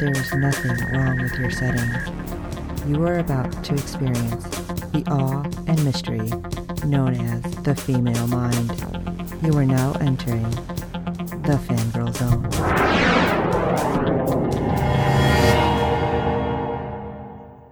there is nothing wrong with your settings. You are about to experience the awe and mystery known as the female mind. You are now entering the fangirl zone.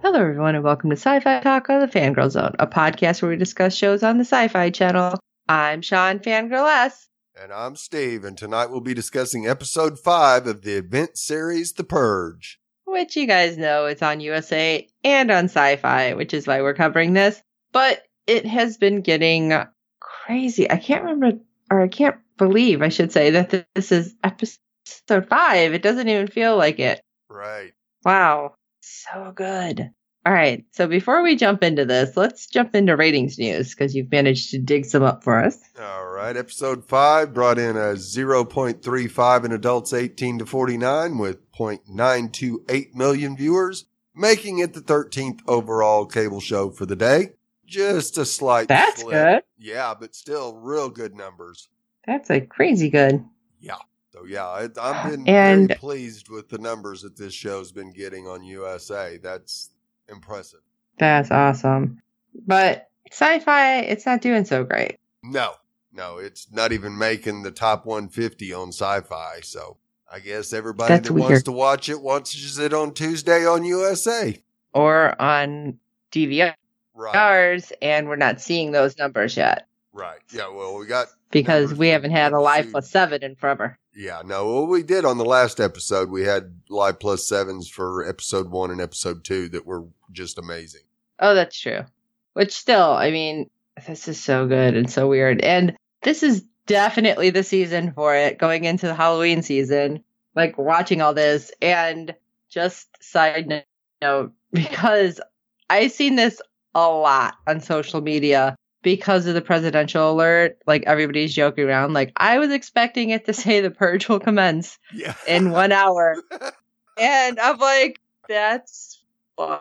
Hello, everyone, and welcome to Sci Fi Talk on the Fangirl Zone, a podcast where we discuss shows on the Sci Fi Channel. I'm Sean Fangirl S. And I'm Steve, and tonight we'll be discussing episode five of the event series The Purge. Which you guys know it's on USA and on sci fi, which is why we're covering this. But it has been getting crazy. I can't remember, or I can't believe, I should say, that this is episode five. It doesn't even feel like it. Right. Wow. So good. All right. So before we jump into this, let's jump into ratings news because you've managed to dig some up for us. All right. Episode five brought in a 0.35 in adults 18 to 49 with 0.928 million viewers, making it the 13th overall cable show for the day. Just a slight. That's slip. good. Yeah, but still real good numbers. That's like crazy good. Yeah. So yeah, I, I've been and, very pleased with the numbers that this show's been getting on USA. That's impressive. That's awesome. But sci fi, it's not doing so great. No, no, it's not even making the top 150 on sci fi. So I guess everybody That's that weird. wants to watch it watches it on Tuesday on USA or on DVRs. Right. And we're not seeing those numbers yet. Right. Yeah. Well, we got. Because we haven't had a Live Plus 7 in forever. Yeah. No, well, we did on the last episode. We had Live Plus 7s for episode one and episode two that were just amazing. Oh, that's true. Which still, I mean, this is so good and so weird. And this is definitely the season for it going into the Halloween season. Like watching all this and just side note because I've seen this a lot on social media because of the presidential alert. Like everybody's joking around. Like I was expecting it to say the purge will commence yeah. in one hour. and I'm like, that's fun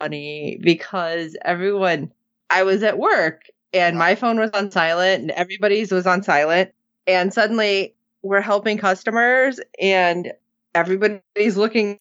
funny because everyone I was at work and my phone was on silent and everybody's was on silent and suddenly we're helping customers and everybody's looking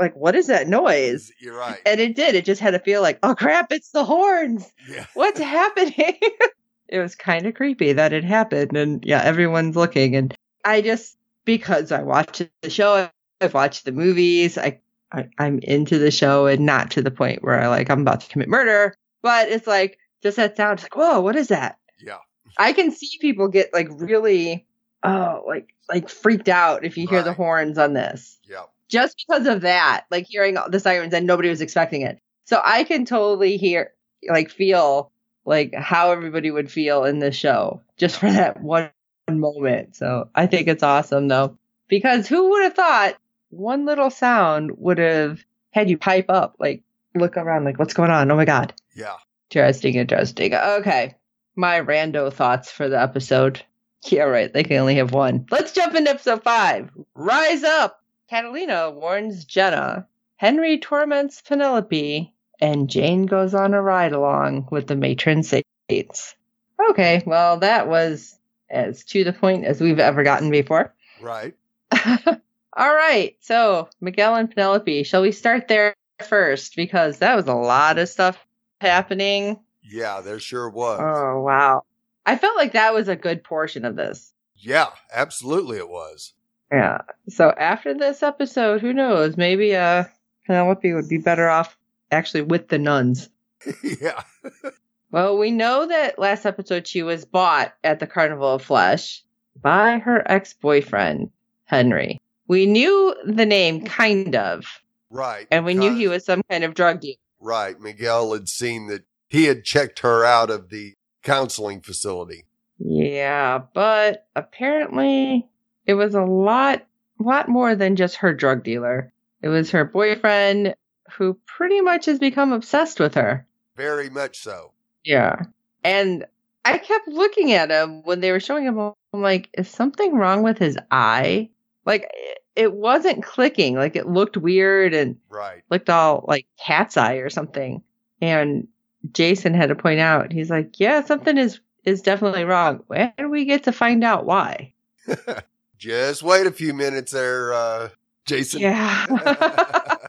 like what is that noise? You're right. And it did. It just had to feel like, oh crap, it's the horns. Yeah. What's happening? it was kind of creepy that it happened and yeah, everyone's looking and I just because I watched the show, I've watched the movies, I I, am into the show and not to the point where I like I'm about to commit murder. But it's like just that sound, it's like, whoa, what is that? Yeah. I can see people get like really oh like like freaked out if you hear right. the horns on this. Yeah. Just because of that, like hearing the sirens and nobody was expecting it. So I can totally hear like feel like how everybody would feel in this show just for that one moment. So I think it's awesome though. Because who would have thought one little sound would have had you pipe up, like look around, like what's going on? Oh my god. Yeah. Interesting, interesting. Okay. My rando thoughts for the episode. Yeah, right. They can only have one. Let's jump into episode five. Rise up. Catalina warns Jenna. Henry torments Penelope, and Jane goes on a ride along with the matron saints. Okay, well that was as to the point as we've ever gotten before. Right. All right. So, Miguel and Penelope, shall we start there first? Because that was a lot of stuff happening. Yeah, there sure was. Oh, wow. I felt like that was a good portion of this. Yeah, absolutely it was. Yeah. So, after this episode, who knows? Maybe uh, Penelope would be better off actually with the nuns. yeah. Well, we know that last episode she was bought at the Carnival of Flesh by her ex boyfriend, Henry. We knew the name, kind of. Right. And we knew he because- was some kind of drug dealer. Right. Miguel had seen that he had checked her out of the counseling facility. Yeah, but apparently it was a lot, lot more than just her drug dealer. It was her boyfriend who pretty much has become obsessed with her. Very much so. Yeah. And I kept looking at him when they were showing him. I'm like, is something wrong with his eye? Like, it- it wasn't clicking. Like, it looked weird and Right. looked all like cat's eye or something. And Jason had to point out, he's like, yeah, something is is definitely wrong. When we get to find out why. Just wait a few minutes there, uh, Jason. Yeah.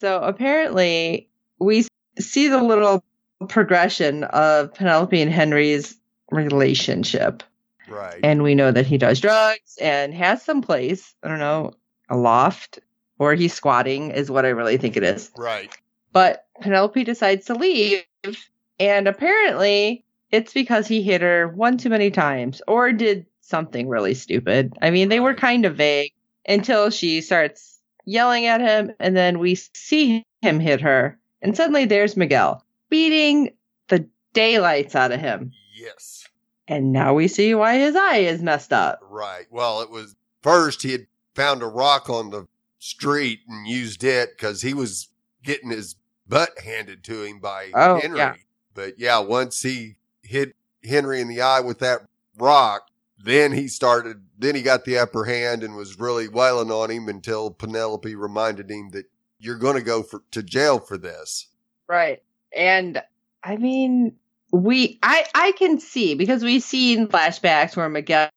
So apparently, we s- see the little progression of Penelope and Henry's relationship. right. And we know that he does drugs and has some place, I don't know, a loft, or he's squatting, is what I really think it is. right. But Penelope decides to leave. And apparently, it's because he hit her one too many times or did something really stupid. I mean, they were Right. kind of vague until she starts yelling at him. And then we see him hit her. And suddenly there's Miguel beating the daylights out of him. Yes. And now we see why his eye is messed up. Right. Well, it was first he had found a rock on the street and used it because he was getting his butt handed to him by Oh, Henry. yeah. But yeah, once he hit Henry in the eye with that rock, then he started, then he got the upper hand and was really wailing on him until Penelope reminded him that you're going to go for, to jail for this. Right. And I mean, we I I can see because we've seen flashbacks where Miguel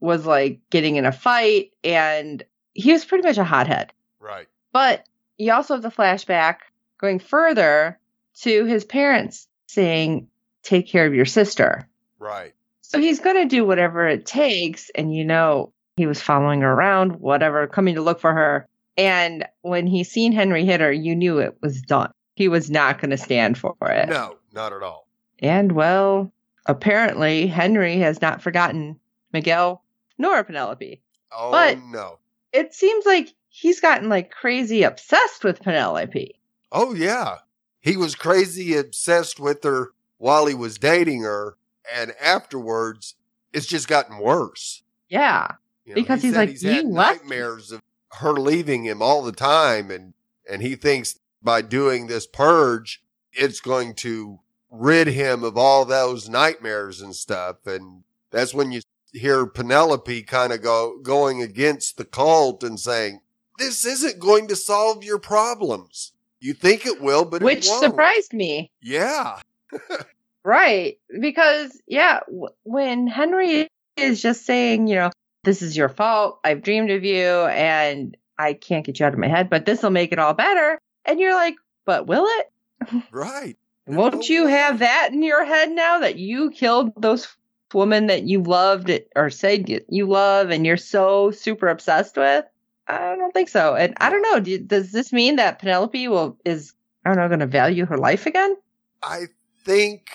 was like getting in a fight and he was pretty much a hothead. Right. But you also have the flashback going further to his parents saying, "Take care of your sister." Right. So he's going to do whatever it takes. And, you know, he was following her around, whatever, coming to look for her. And when he seen Henry hit her, you knew it was done. He was not going to stand for it. No, not at all. And, well, apparently Henry has not forgotten Miguel nor Penelope. Oh, But- no. It seems like he's gotten like crazy obsessed with Penelope. Oh, yeah. He was crazy obsessed with her while he was dating her. And afterwards, it's just gotten worse. Yeah. You Because he's said like, he's had "You left me." nightmares of her leaving him all the time. And, and he thinks by doing this purge, it's going to rid him of all those nightmares and stuff. And that's when you hear Penelope kind of go, going against the cult and saying, this isn't going to solve your problems. You think it will, but Which it won't. surprised me. Yeah, Right. Because, yeah, w- when Henry is just saying, you know, this is your fault. I've dreamed of you and I can't get you out of my head, but this will make it all better. And you're like, but will it? right. Won't you have that in your head now that you killed those f- women that you loved or said you- you love and you're so super obsessed with? I don't think so. And I don't know. Do, does this mean that Penelope will is I don't know going to value her life again? I think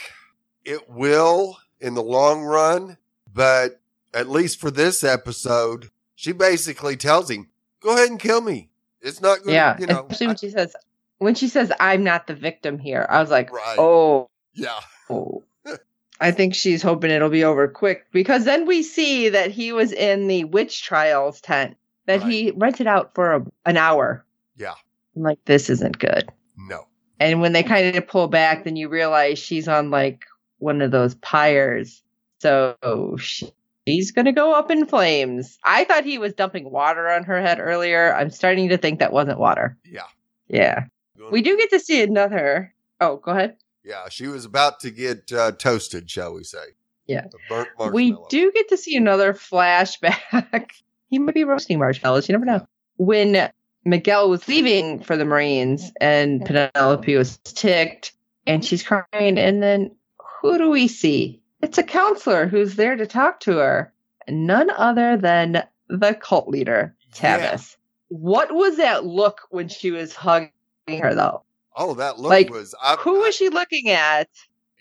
it will in the long run, but at least for this episode, she basically tells him, "Go ahead and kill me. It's not going. Yeah, to, you know, especially when she says when she says I'm not the victim here. I was like, Right. oh, yeah, I think she's hoping it'll be over quick because then we see that he was in the witch trials tent that he rented out for a, an hour. Yeah. I'm like, this isn't good. no, And when they kind of pull back, then you realize she's on like one of those pyres, so she, she's gonna go up in flames. I thought he was dumping water on her head earlier. I'm starting to think that wasn't water. yeah." Yeah. We do get to see another. Oh, go ahead. Yeah, she was about to get uh, toasted, shall we say? Yeah. A burnt We marshmallow. do get to see another flashback. he might be roasting marshmallows. You never know. When Miguel was leaving for the Marines and Penelope was ticked and she's crying, and then who do we see? It's a counselor who's there to talk to her. None other than the cult leader, Yeah. Tavis. What was that look when she was hugging her, though? Oh, that look Like, was. I, Who I- was she looking at?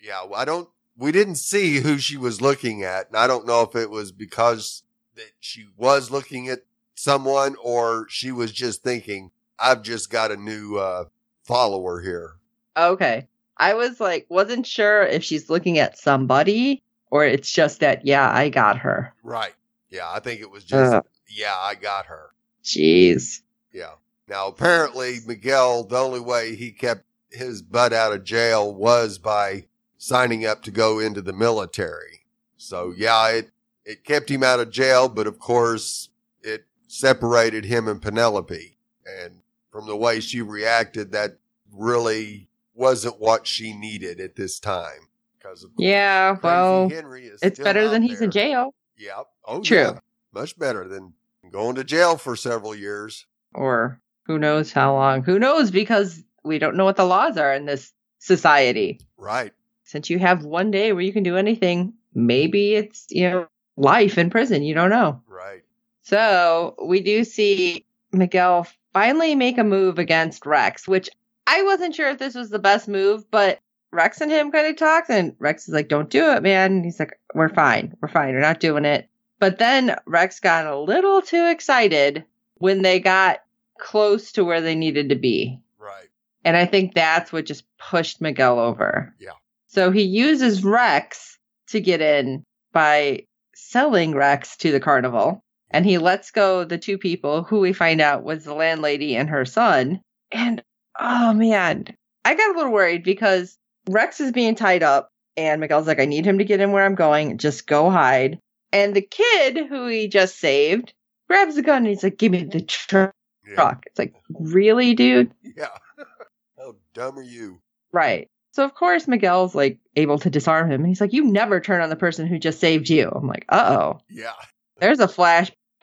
Yeah, well, I don't. We didn't see who she was looking at, and I don't know if it was because that she was looking at someone or she was just thinking, "I've just got a new uh, follower here." Okay. I was like, wasn't sure if she's looking at somebody or it's just that, yeah, I got her. Right? Yeah, I think it was just, Uh. "Yeah, I got her." Jeez. Yeah, Now, apparently, Miguel, the only way he kept his butt out of jail was by signing up to go into the military. So, yeah, it, it kept him out of jail, but of course, it separated him and Penelope. And from the way she reacted, that really wasn't what she needed at this time. Because of course, Yeah, Crazy well, Henry is it's still better out than he's in there. jail Yep. Oh, True. yeah. Much better than going to jail for several years. or who knows how long. Who knows because we don't know what the laws are in this society. Right. Since you have one day where you can do anything, maybe it's, you know, life in prison. You don't know. Right. So we do see Miguel finally make a move against Rex, which I wasn't sure if this was the best move, but Rex and him kind of talked, and Rex is like, Don't do it, man. And he's like, We're fine. We're fine. We're not doing it. But then Rex got a little too excited when they got close to where they needed to be. Right. And I think that's what just pushed Miguel over. Yeah. So he uses Rex to get in by selling Rex to the carnival. And he lets go the two people who we find out was the landlady and her son. And oh man, I got a little worried because Rex is being tied up. And Miguel's like, I need him to get in where I'm going. Just go hide. And the kid who he just saved grabs the gun and he's like, Give me the tr- Yeah. truck. It's like, Really, dude? Yeah. How dumb are you? Right. So of course Miguel's like able to disarm him and he's like, You never turn on the person who just saved you. I'm like, uh oh. Yeah. There's a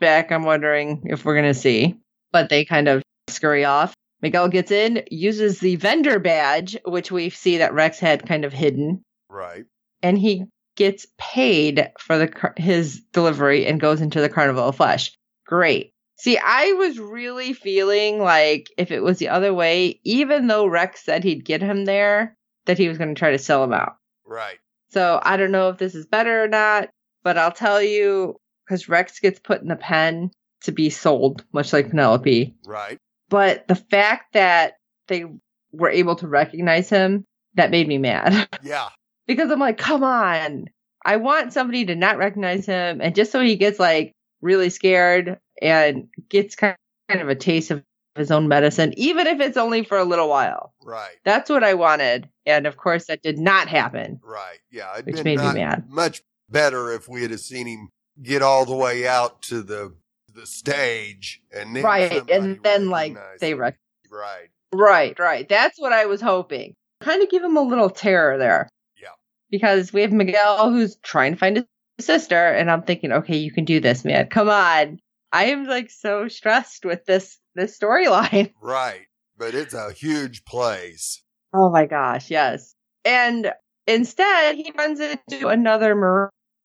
flashback I'm wondering if we're gonna see. But they kind of scurry off. Miguel gets in, uses the vendor badge, which we see that Rex had kind of hidden, Right. and he gets paid for the car- his delivery and goes into the Carnival of Flesh. Great. See, I was really feeling like if it was the other way, even though Rex said he'd get him there, that he was going to try to sell him out. Right. So I don't know if this is better or not, but I'll tell you because Rex gets put in the pen to be sold, much like Penelope. Right. But the fact that they were able to recognize him, that made me mad. Yeah. because I'm like, come on. I want somebody to not recognize him. And just so he gets like really scared and gets kind of a taste of his own medicine, even if it's only for a little while. Right. That's what I wanted. And of course, that did not happen. Right. Yeah. It'd Which been made me not mad. Much better if we had have seen him get all the way out to the the stage and then right. somebody And then, like, recognized they him. rec- right. Right, right. That's what I was hoping. Kind of give him a little terror there. Yeah. Because we have Miguel who's trying to find his sister, and I'm thinking, okay, you can do this, man. Come on. I am like so stressed with this this storyline. Right. But it's a huge place. Oh my gosh, yes. And instead, he runs into another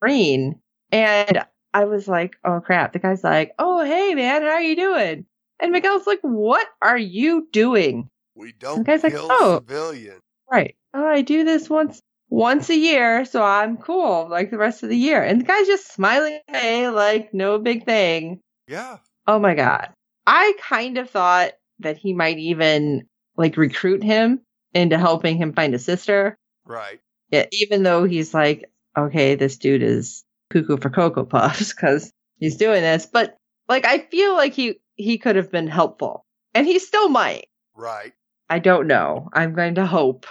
Marine, and I was like, oh crap. The guy's like, oh hey man, how are you doing? And Miguel's like, what are you doing? We don't guy's like, kill "Oh." civilians. Right. Oh, I do this once once a year, so I'm cool like the rest of the year. And the guy's just smiling away like no big thing. Yeah. Oh my god. I kind of thought that he might even like recruit him into helping him find a sister. Right. Yeah, even though he's like, okay, this dude is cuckoo for cocoa puffs because he's doing this, but like I feel like he he could have been helpful, and he still might. Right. I don't know. I'm going to hope.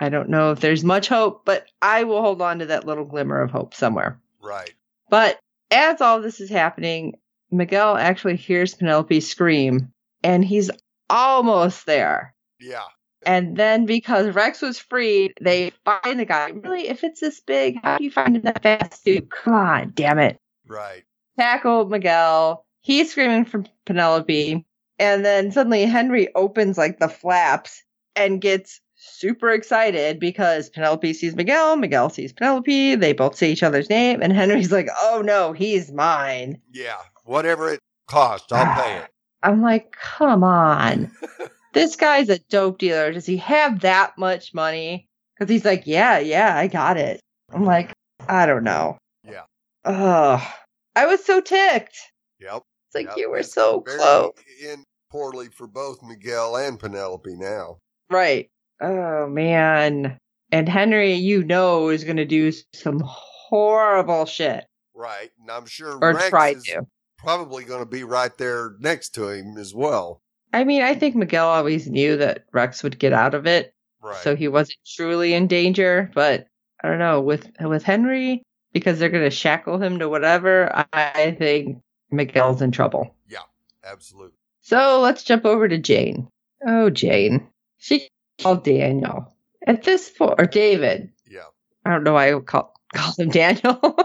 I don't know if there's much hope, but I will hold on to that little glimmer of hope somewhere. Right. But as all this is happening, Miguel actually hears Penelope scream and he's almost there. Yeah. And then because Rex was freed, they find the guy. Really, if it's this big, how do you find him that fast, dude? Come on, damn it Right. tackle Miguel. He's screaming for Penelope. And then suddenly Henry opens like the flaps and gets super excited because Penelope sees Miguel, Miguel sees Penelope. They both say each other's name. And Henry's like, oh no, he's mine. Yeah. Whatever it costs, I'll pay it. I'm like, come on. this guy's a dope dealer. Does he have that much money? Because he's like, yeah, yeah, I got it. I'm like, I don't know. Yeah. Ugh. I was so ticked. Yep. It's like Yep, you were it's so very close. In poorly for both Miguel and Penelope now. Right. Oh man. And Henry, you know, is gonna do some horrible shit. Right. And I'm sure Or Rex try is to. probably going to be right there next to him as well. I mean, I think Miguel always knew that Rex would get out of it, Right. so he wasn't truly in danger. But I don't know with with Henry because they're going to shackle him to whatever. I, I think Miguel's in trouble. Absolutely. So let's jump over to Jane. Oh, Jane. She called Daniel at this point, or David. Yeah. I don't know why I call call him Daniel.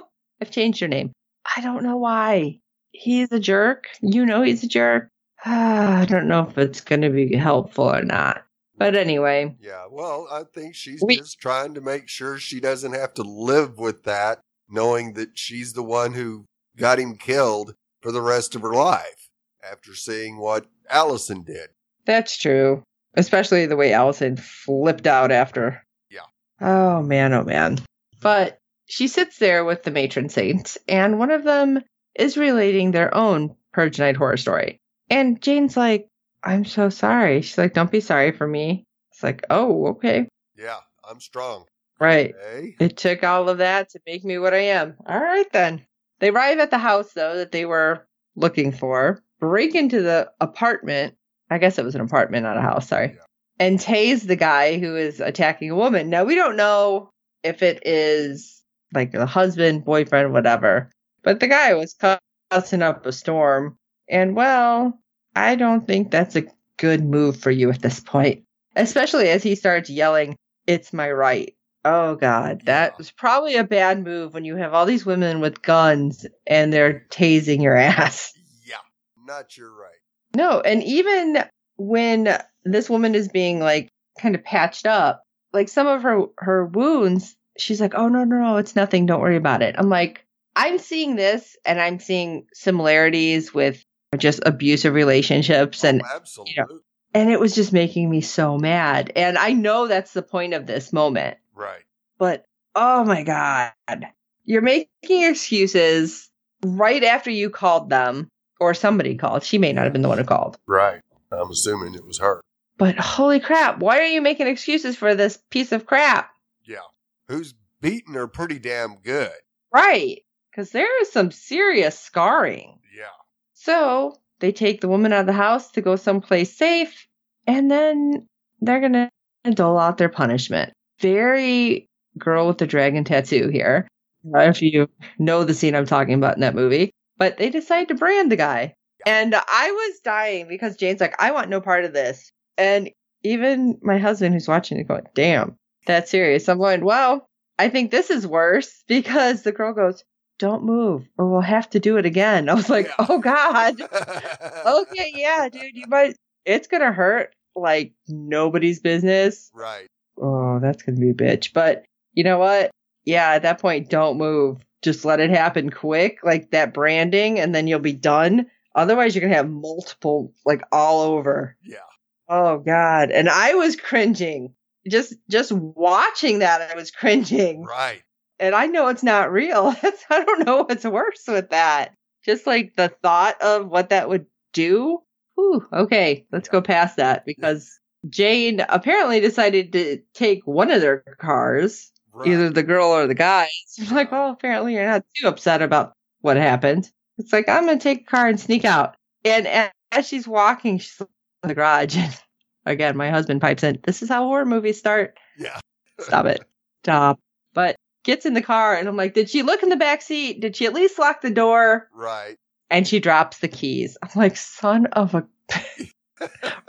I've changed your name. I don't know why. He's a jerk. You know he's a jerk. Ah, I don't know if it's going to be helpful or not. But anyway, Yeah. Well, I think she's We- just trying to make sure she doesn't have to live with that, knowing that she's the one who got him killed for the rest of her life after seeing what Allison did. that's true. Especially the way Allison flipped out after. Yeah. Oh man, oh man. But she sits there with the matron saints, and one of them is relating their own Purge Night horror story. And Jane's like, I'm so sorry. She's like, Don't be sorry for me. It's like, Oh, okay. Yeah. I'm strong. eh? Right. Hey. It took all of that to make me what I am. All right, then. They arrive at the house, though, that they were looking for, break into the apartment. I guess it was an apartment, not a house, sorry. And tase the guy who is attacking a woman. Now, we don't know if it is like the husband, boyfriend, whatever, but the guy was causing up a storm. And, well, I don't think that's a good move for you at this point, especially as he starts yelling, It's my right. Oh God, that was probably a bad move when you have all these women with guns and they're tasing your ass. Yeah. Not your right. No, and even when this woman is being like kind of patched up, like some of her her wounds, she's like, "Oh no, no, no, it's nothing. Don't worry about it." I'm like, I'm seeing this and I'm seeing similarities with just abusive Oh, relationships and Absolutely. and it was just making me so mad. And I know that's the point of this moment. Right. but oh my god you're making excuses right after you called them or somebody called she may not have been the one who called Right. I'm assuming it was her. but holy crap why are you making excuses for this piece of crap Who's beating her pretty damn good. right because there is some serious scarring Yeah. so they take the woman out of the house to go someplace safe and then they're gonna dole out their punishment very girl with the dragon tattoo here. I don't know if you know the scene I'm talking about in that movie, but they decide to brand the guy. And I was dying because Jane's like, I want no part of this. And even my husband who's watching it going, damn, that's serious. I'm going, well, I think this is worse because the girl goes, don't move or we'll have to do it again. I was like, Yeah. oh God okay, yeah, dude, you might. It's gonna hurt like nobody's business. Right. Oh, that's gonna be a bitch. But you know what? Yeah, at that point, don't move. Just let it happen quick, like that branding, and then you'll be done. Otherwise, you're gonna have multiple, like all over. Yeah. Oh God! And I was cringing. Just just watching that, I was cringing. Right. And I know it's not real. That's, I don't know what's worse with that. Just like the thought of what that would do. Whew, okay, let's go past that because Jane apparently decided to take one of their cars, Right. either the girl or the guy. She's like, well, apparently you're not too upset about what happened. It's like, I'm going to take a car and sneak out. And a- as she's walking, she's in the garage. And again, my husband pipes in, this is how horror movies start Yeah. stop it stop but gets in the car and i'm like did she look in the back seat did she at least lock the door Right. and she drops the keys i'm like son of a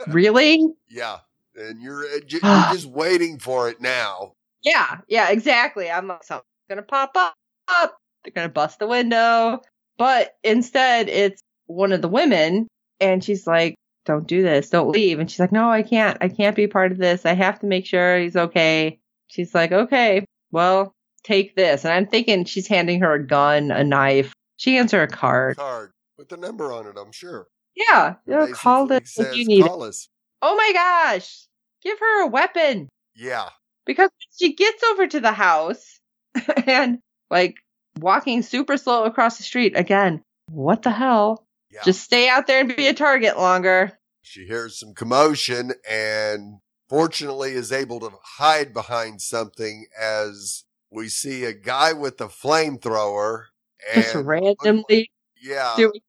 really Yeah. And you're, uh, ju- Ah. you're just waiting for it now. yeah yeah exactly i'm like something's gonna pop up, up they're gonna bust the window but instead it's one of the women and she's like don't do this don't leave and she's like no i can't i can't be part of this i have to make sure he's okay she's like okay well take this and i'm thinking she's handing her a gun a knife she hands her a card Card with the number on it, I'm sure. yeah you know, Basically call this says, if you need it. call us. oh my gosh give her a weapon Yeah. because she gets over to the house and like walking super slow across the street again what the hell Yeah. just stay out there and be a target longer she hears some commotion and fortunately is able to hide behind something as we see a guy with a flamethrower just and randomly yeah, doing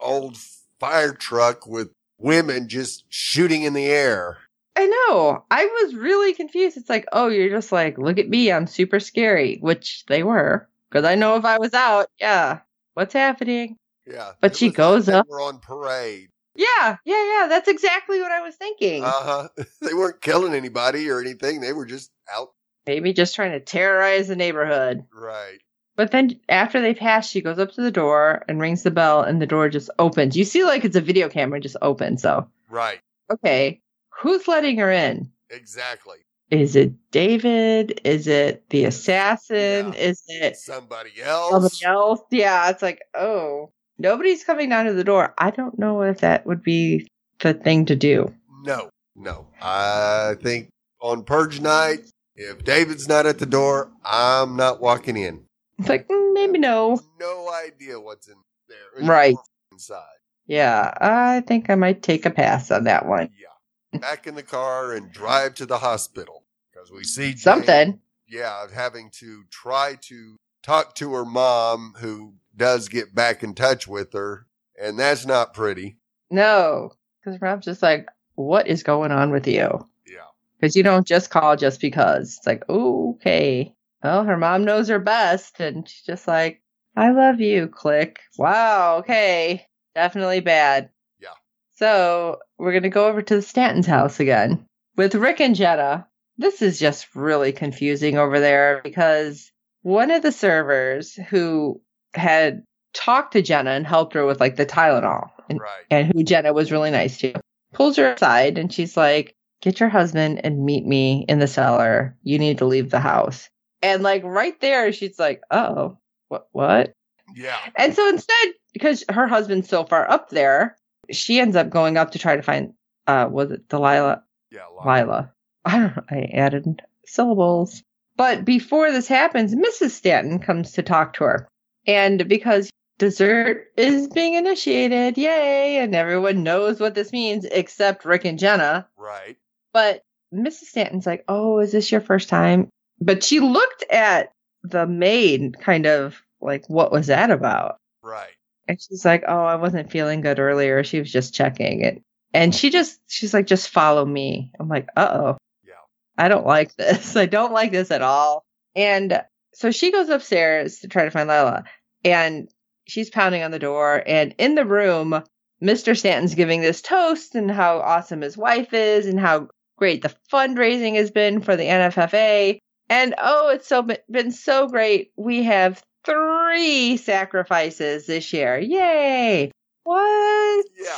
old fire truck with women just shooting in the air. I know. I was really confused. It's like, oh, you're just like, look at me, I'm super scary, which they were. Because I know if I was out, yeah, what's happening? Yeah. But it she was like goes they up. We're on parade. Yeah, yeah, yeah. That's exactly what I was thinking. Uh huh. They weren't killing anybody or anything. They were just out. Maybe just trying to terrorize the neighborhood. Right. But then after they pass, she goes up to the door and rings the bell, and the door just opens. You see, like it's a video camera just open. So, Right. okay, who's letting her in? Exactly. Is it David? Is it the assassin? Yeah. Is it Somebody else. somebody else? Yeah, it's like, oh, nobody's coming down to the door. I don't know if that would be the thing to do. No, no. I think on purge night, if David's not at the door, I'm not walking in. It's like, mm, maybe no. No idea what's in there. Right. Inside. Yeah, I think I might take a pass on that one. Yeah. Back in the car and drive to the hospital because we see Jane- Something. yeah, of having to try to talk to her mom, who does get back in touch with her, and that's not pretty. No, because Rob's just like, what is going on with you? Yeah, Because you don't just call just because. It's like, oh, okay. Well, her mom knows her best. And she's just like, I love you, click. Wow, okay. Definitely bad. Yeah. So we're going to go over to the Stanton's house again with Rick and Jetta. This is just really confusing over there because one of the servers who had talked to Jenna and helped her with like the Tylenol and right. and who Jenna was really nice to, pulls her aside and she's like, Get your husband and meet me in the cellar. You need to leave the house. And like right there, she's like, Oh, what what? Yeah, And so instead, because her husband's so far up there, she ends up going up to try to find uh was it Delilah yeah, Lyle. Lila. I don't know. I added syllables. But before this happens, Mrs. Stanton comes to talk to her. And because dessert is being initiated, yay, and everyone knows what this means except Rick and Jenna. right. But Mrs. Stanton's like, oh, is this your first time? But she looked at the maid kind of like, what was that about? Right. And she's like, "Oh, I wasn't feeling good earlier. She was just checking it." And she just she's like, "Just follow me." I'm like, "Uh-oh." Yeah. I don't like this. I don't like this at all. And so she goes upstairs to try to find Lila, and she's pounding on the door and in the room Mr. Stanton's giving this toast and how awesome his wife is and how great the fundraising has been for the NFFA. And oh, it's so been, been so great. We have three sacrifices this year. Yay! What? Yeah,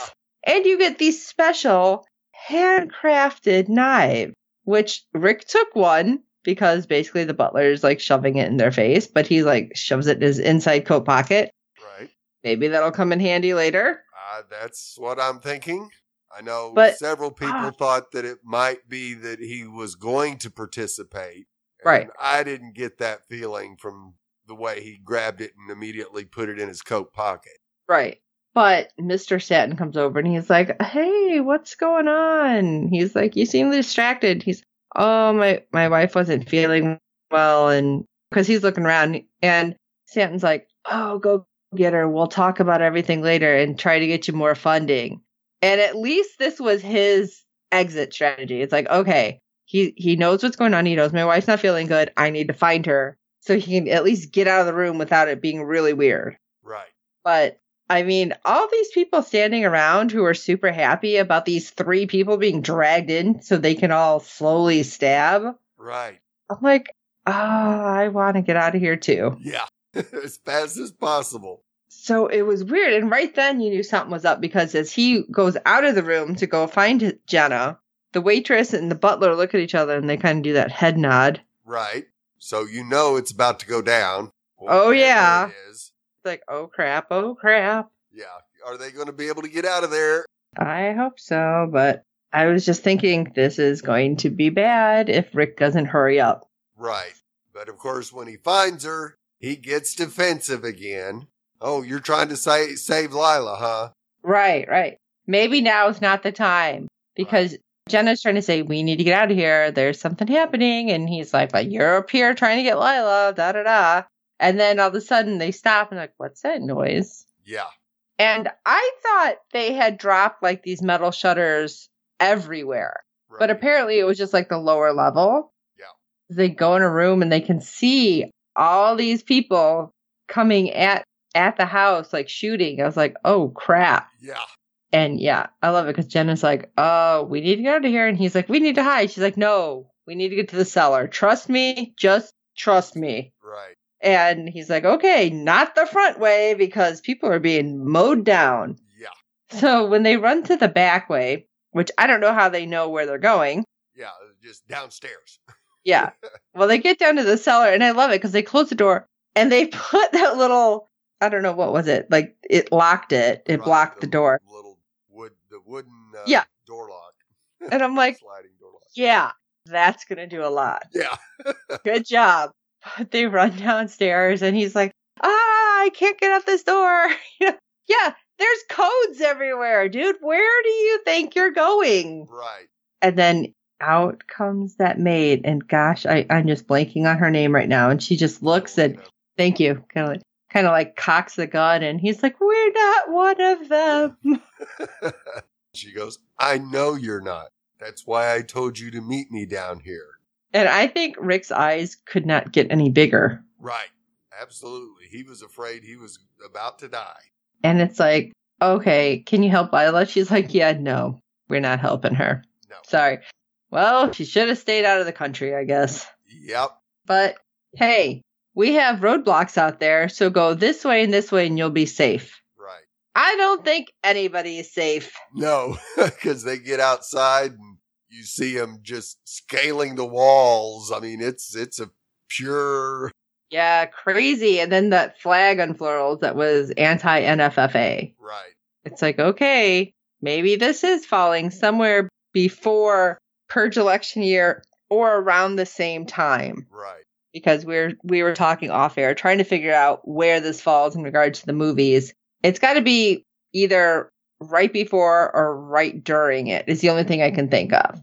And you get these special handcrafted knives, which Rick took one because basically the butler is like shoving it in their face, but he like shoves it in his inside coat pocket. right. Maybe that'll come in handy later. Uh, that's what I'm thinking. I know But- several people Ah. thought that it might be that he was going to participate. and Right. I didn't get that feeling from the way he grabbed it and immediately put it in his coat pocket. Right. But Mr. Satin comes over and he's like, Hey, what's going on? He's like, You seem distracted. He's, Oh, my, my wife wasn't feeling well. And because he's looking around and Stanton's like, Oh, go get her. We'll talk about everything later and try to get you more funding. And at least this was his exit strategy. It's like, okay, he, he knows what's going on. He knows my wife's not feeling good. I need to find her so he can at least get out of the room without it being really weird. Right. But I mean, all these people standing around who are super happy about these three people being dragged in so they can all slowly stab. Right. I'm like, oh, I want to get out of here too. Yeah. as fast as possible. So it was weird. And right then you knew something was up because as he goes out of the room to go find Jenna, the waitress and the butler look at each other and they kind of do that head nod. Right. So you know it's about to go down. Oh, yeah. Whatever it is. It's like, oh crap, oh crap. Yeah. Are they going to be able to get out of there? I hope so, but I was just thinking this is going to be bad if Rick doesn't hurry up. Right. But of course, when he finds her, he gets defensive again. Oh, you're trying to say, save Lila, huh? Right, right. Maybe now is not the time because Jenna's trying to say, we need to get out of here. There's something happening. And he's like, but you're up here trying to get Lila, da da da. And then all of a sudden they stop and like, what's that noise? Yeah. And I thought they had dropped like these metal shutters everywhere, Right. but apparently it was just like the lower level. Yeah. They go in a room and they can see all these people coming at at the house like shooting. I was like, "Oh crap." yeah, And yeah, I love it cuz Jenna's like, "Oh, we need to get out of here." And he's like, "We need to hide." She's like, "No, we need to get to the cellar. Trust me. Just trust me." right. And he's like, okay, not the front way because people are being mowed down. Yeah, So when they run to the back way, which I don't know how they know where they're going. yeah. Just downstairs. Yeah. well, they get down to the cellar and I love it because they close the door and they put that little, I don't know, what was it? Like it locked it, it Right, blocked the door. Little wood, the wooden uh, Yeah. door lock. And I'm like, sliding door lock. yeah, that's going to do a lot. Yeah, Good job. But they run downstairs and he's like, ah, I can't get out this door. You know, yeah, there's codes everywhere, dude. Where do you think you're going? right. And then out comes that maid. And gosh, I, I'm just blanking on her name right now. And she just looks Little, and you know, thank you. Kind of like, kind of like cocks the gun. And he's like, we're not one of them. she goes, I know you're not. That's why I told you to meet me down here. And I think Rick's eyes could not get any bigger. Right. Absolutely. He was afraid he was about to die. And it's like, okay, can you help Isla? She's like, yeah, no, we're not helping her. No. Sorry. Well, she should have stayed out of the country, I guess. Yep. But hey, we have roadblocks out there, so go this way and this way and you'll be safe. Right. I don't think anybody is safe. No, because they get outside and you see them just scaling the walls. I mean, it's it's a pure Yeah, crazy. And then that flag unfurls that was anti NFFA. right. It's like, okay, maybe this is falling somewhere before purge election year or around the same time. Right. because we're we were talking off air trying to figure out where this falls in regard to the movies it's got to be either right before or right during it is the only thing i can think of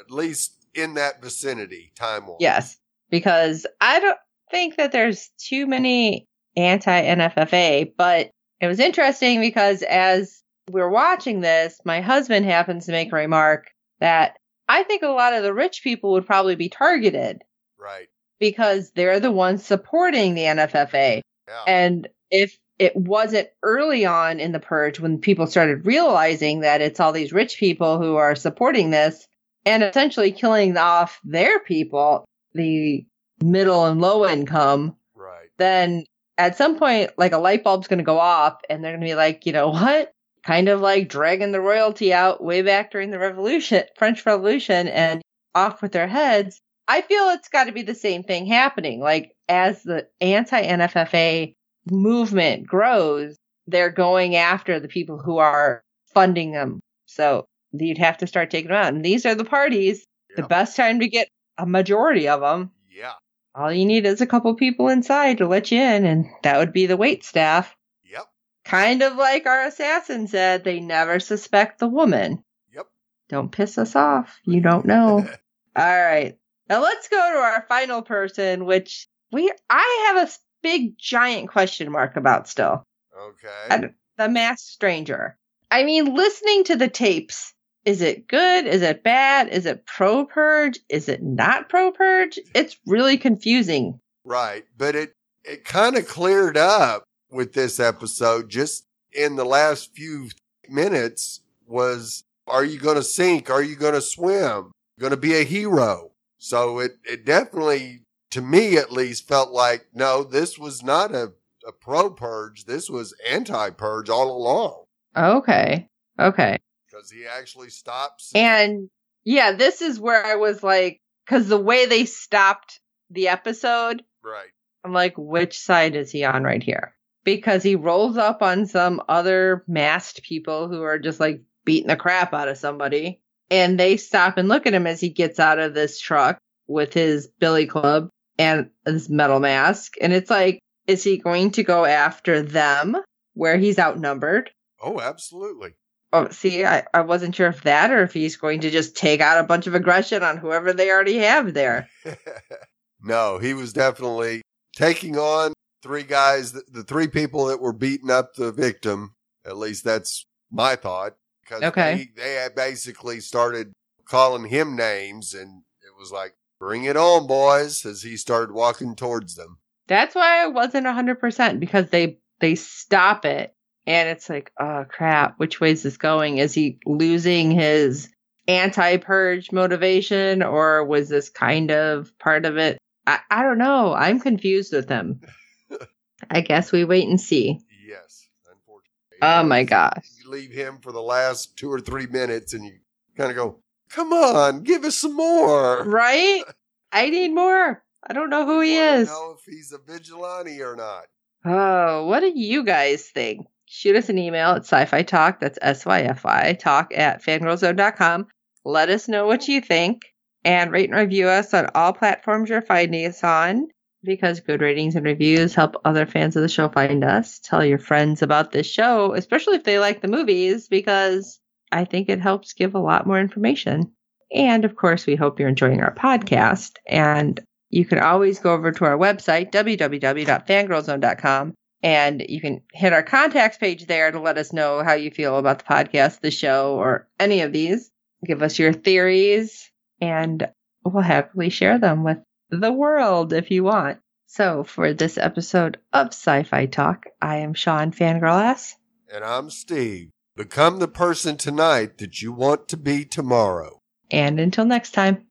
At least in that vicinity, time wise. yes because i don't think that there's too many anti nffa but it was interesting because as we're watching this my husband happens to make a remark that i think a lot of the rich people would probably be targeted Right. because they're the ones supporting the nffa Yeah. And if it wasn't early on in the purge when people started realizing that it's all these rich people who are supporting this and essentially killing off their people, the middle and low income, right. then at some point, like a light bulb's going to go off and they're going to be like, you know what? Kind of like dragging the royalty out way back during the revolution, French Revolution, and off with their heads. I feel it's got to be the same thing happening. Like as the anti NFFA movement grows, they're going after the people who are funding them. So you'd have to start taking them out. And these are the parties, Yeah. the best time to get a majority of them Yeah. all you need is a couple people inside to let you in, and that would be the wait staff. Yep. Kind of like our assassin said, they never suspect the woman. Yep. Don't piss us off. You don't know. all right. Now let's go to our final person, which we I have a s- big giant question mark about still. I okay. don't- The masked stranger. I mean, listening to the tapes, is it good? Is it bad? Is it pro purge? Is it not pro purge? It's really confusing. Right. But it it kind of cleared up with this episode just in the last few minutes was are you going to sink? Are you going to swim? Going to be a hero? So it it definitely to me at least felt like no, this was not a a pro purge. This was anti purge all along Okay. Okay. because he actually stops. And yeah, this is where I was like, because the way they stopped the episode, right. I'm like, which side is he on right here? Because he rolls up on some other masked people who are just like beating the crap out of somebody. And they stop and look at him as he gets out of this truck with his billy club and this metal mask. And it's like, is he going to go after them where he's outnumbered? Oh, absolutely. Oh, see, I, I wasn't sure if that or if he's going to just take out a bunch of aggression on whoever they already have there. no, he was definitely taking on three guys, the, the three people that were beating up the victim, At least that's my thought. Because Okay. they, they had basically started calling him names, and it was like, bring it on, boys, as he started walking towards them. That's why I wasn't hundred percent because they they stop it and it's like, oh crap, which way is this going? Is he losing his anti purge motivation or was this kind of part of it? I, I don't know. I'm confused with him. I guess we wait and see. Yes, unfortunately. Oh my gosh. You leave him for the last two or three minutes, and you kind of go, come on, give us some more. Right? oh, I need more. I don't know who he Wanna is. Know if he's a vigilante or not. Oh, what do you guys think? Shoot us an email at sci fi talk, that's S Y F I talk at fangirlzone.com. Let us know what you think and rate and review us on all platforms you're finding us on because good ratings and reviews help other fans of the show find us. Tell your friends about this show, especially if they like the movies, because I think it helps give a lot more information. And of course, we hope you're enjoying our podcast and you can always go over to our website, www.fangirlzone.com, and you can hit our contacts page there to let us know how you feel about the podcast, the show, or any of these. Give us your theories, and we'll happily share them with the world if you want. So, for this episode of Sci Fi Talk, I am Sean Fangirl S. And I'm Steve. Become the person tonight that you want to be tomorrow. And until next time.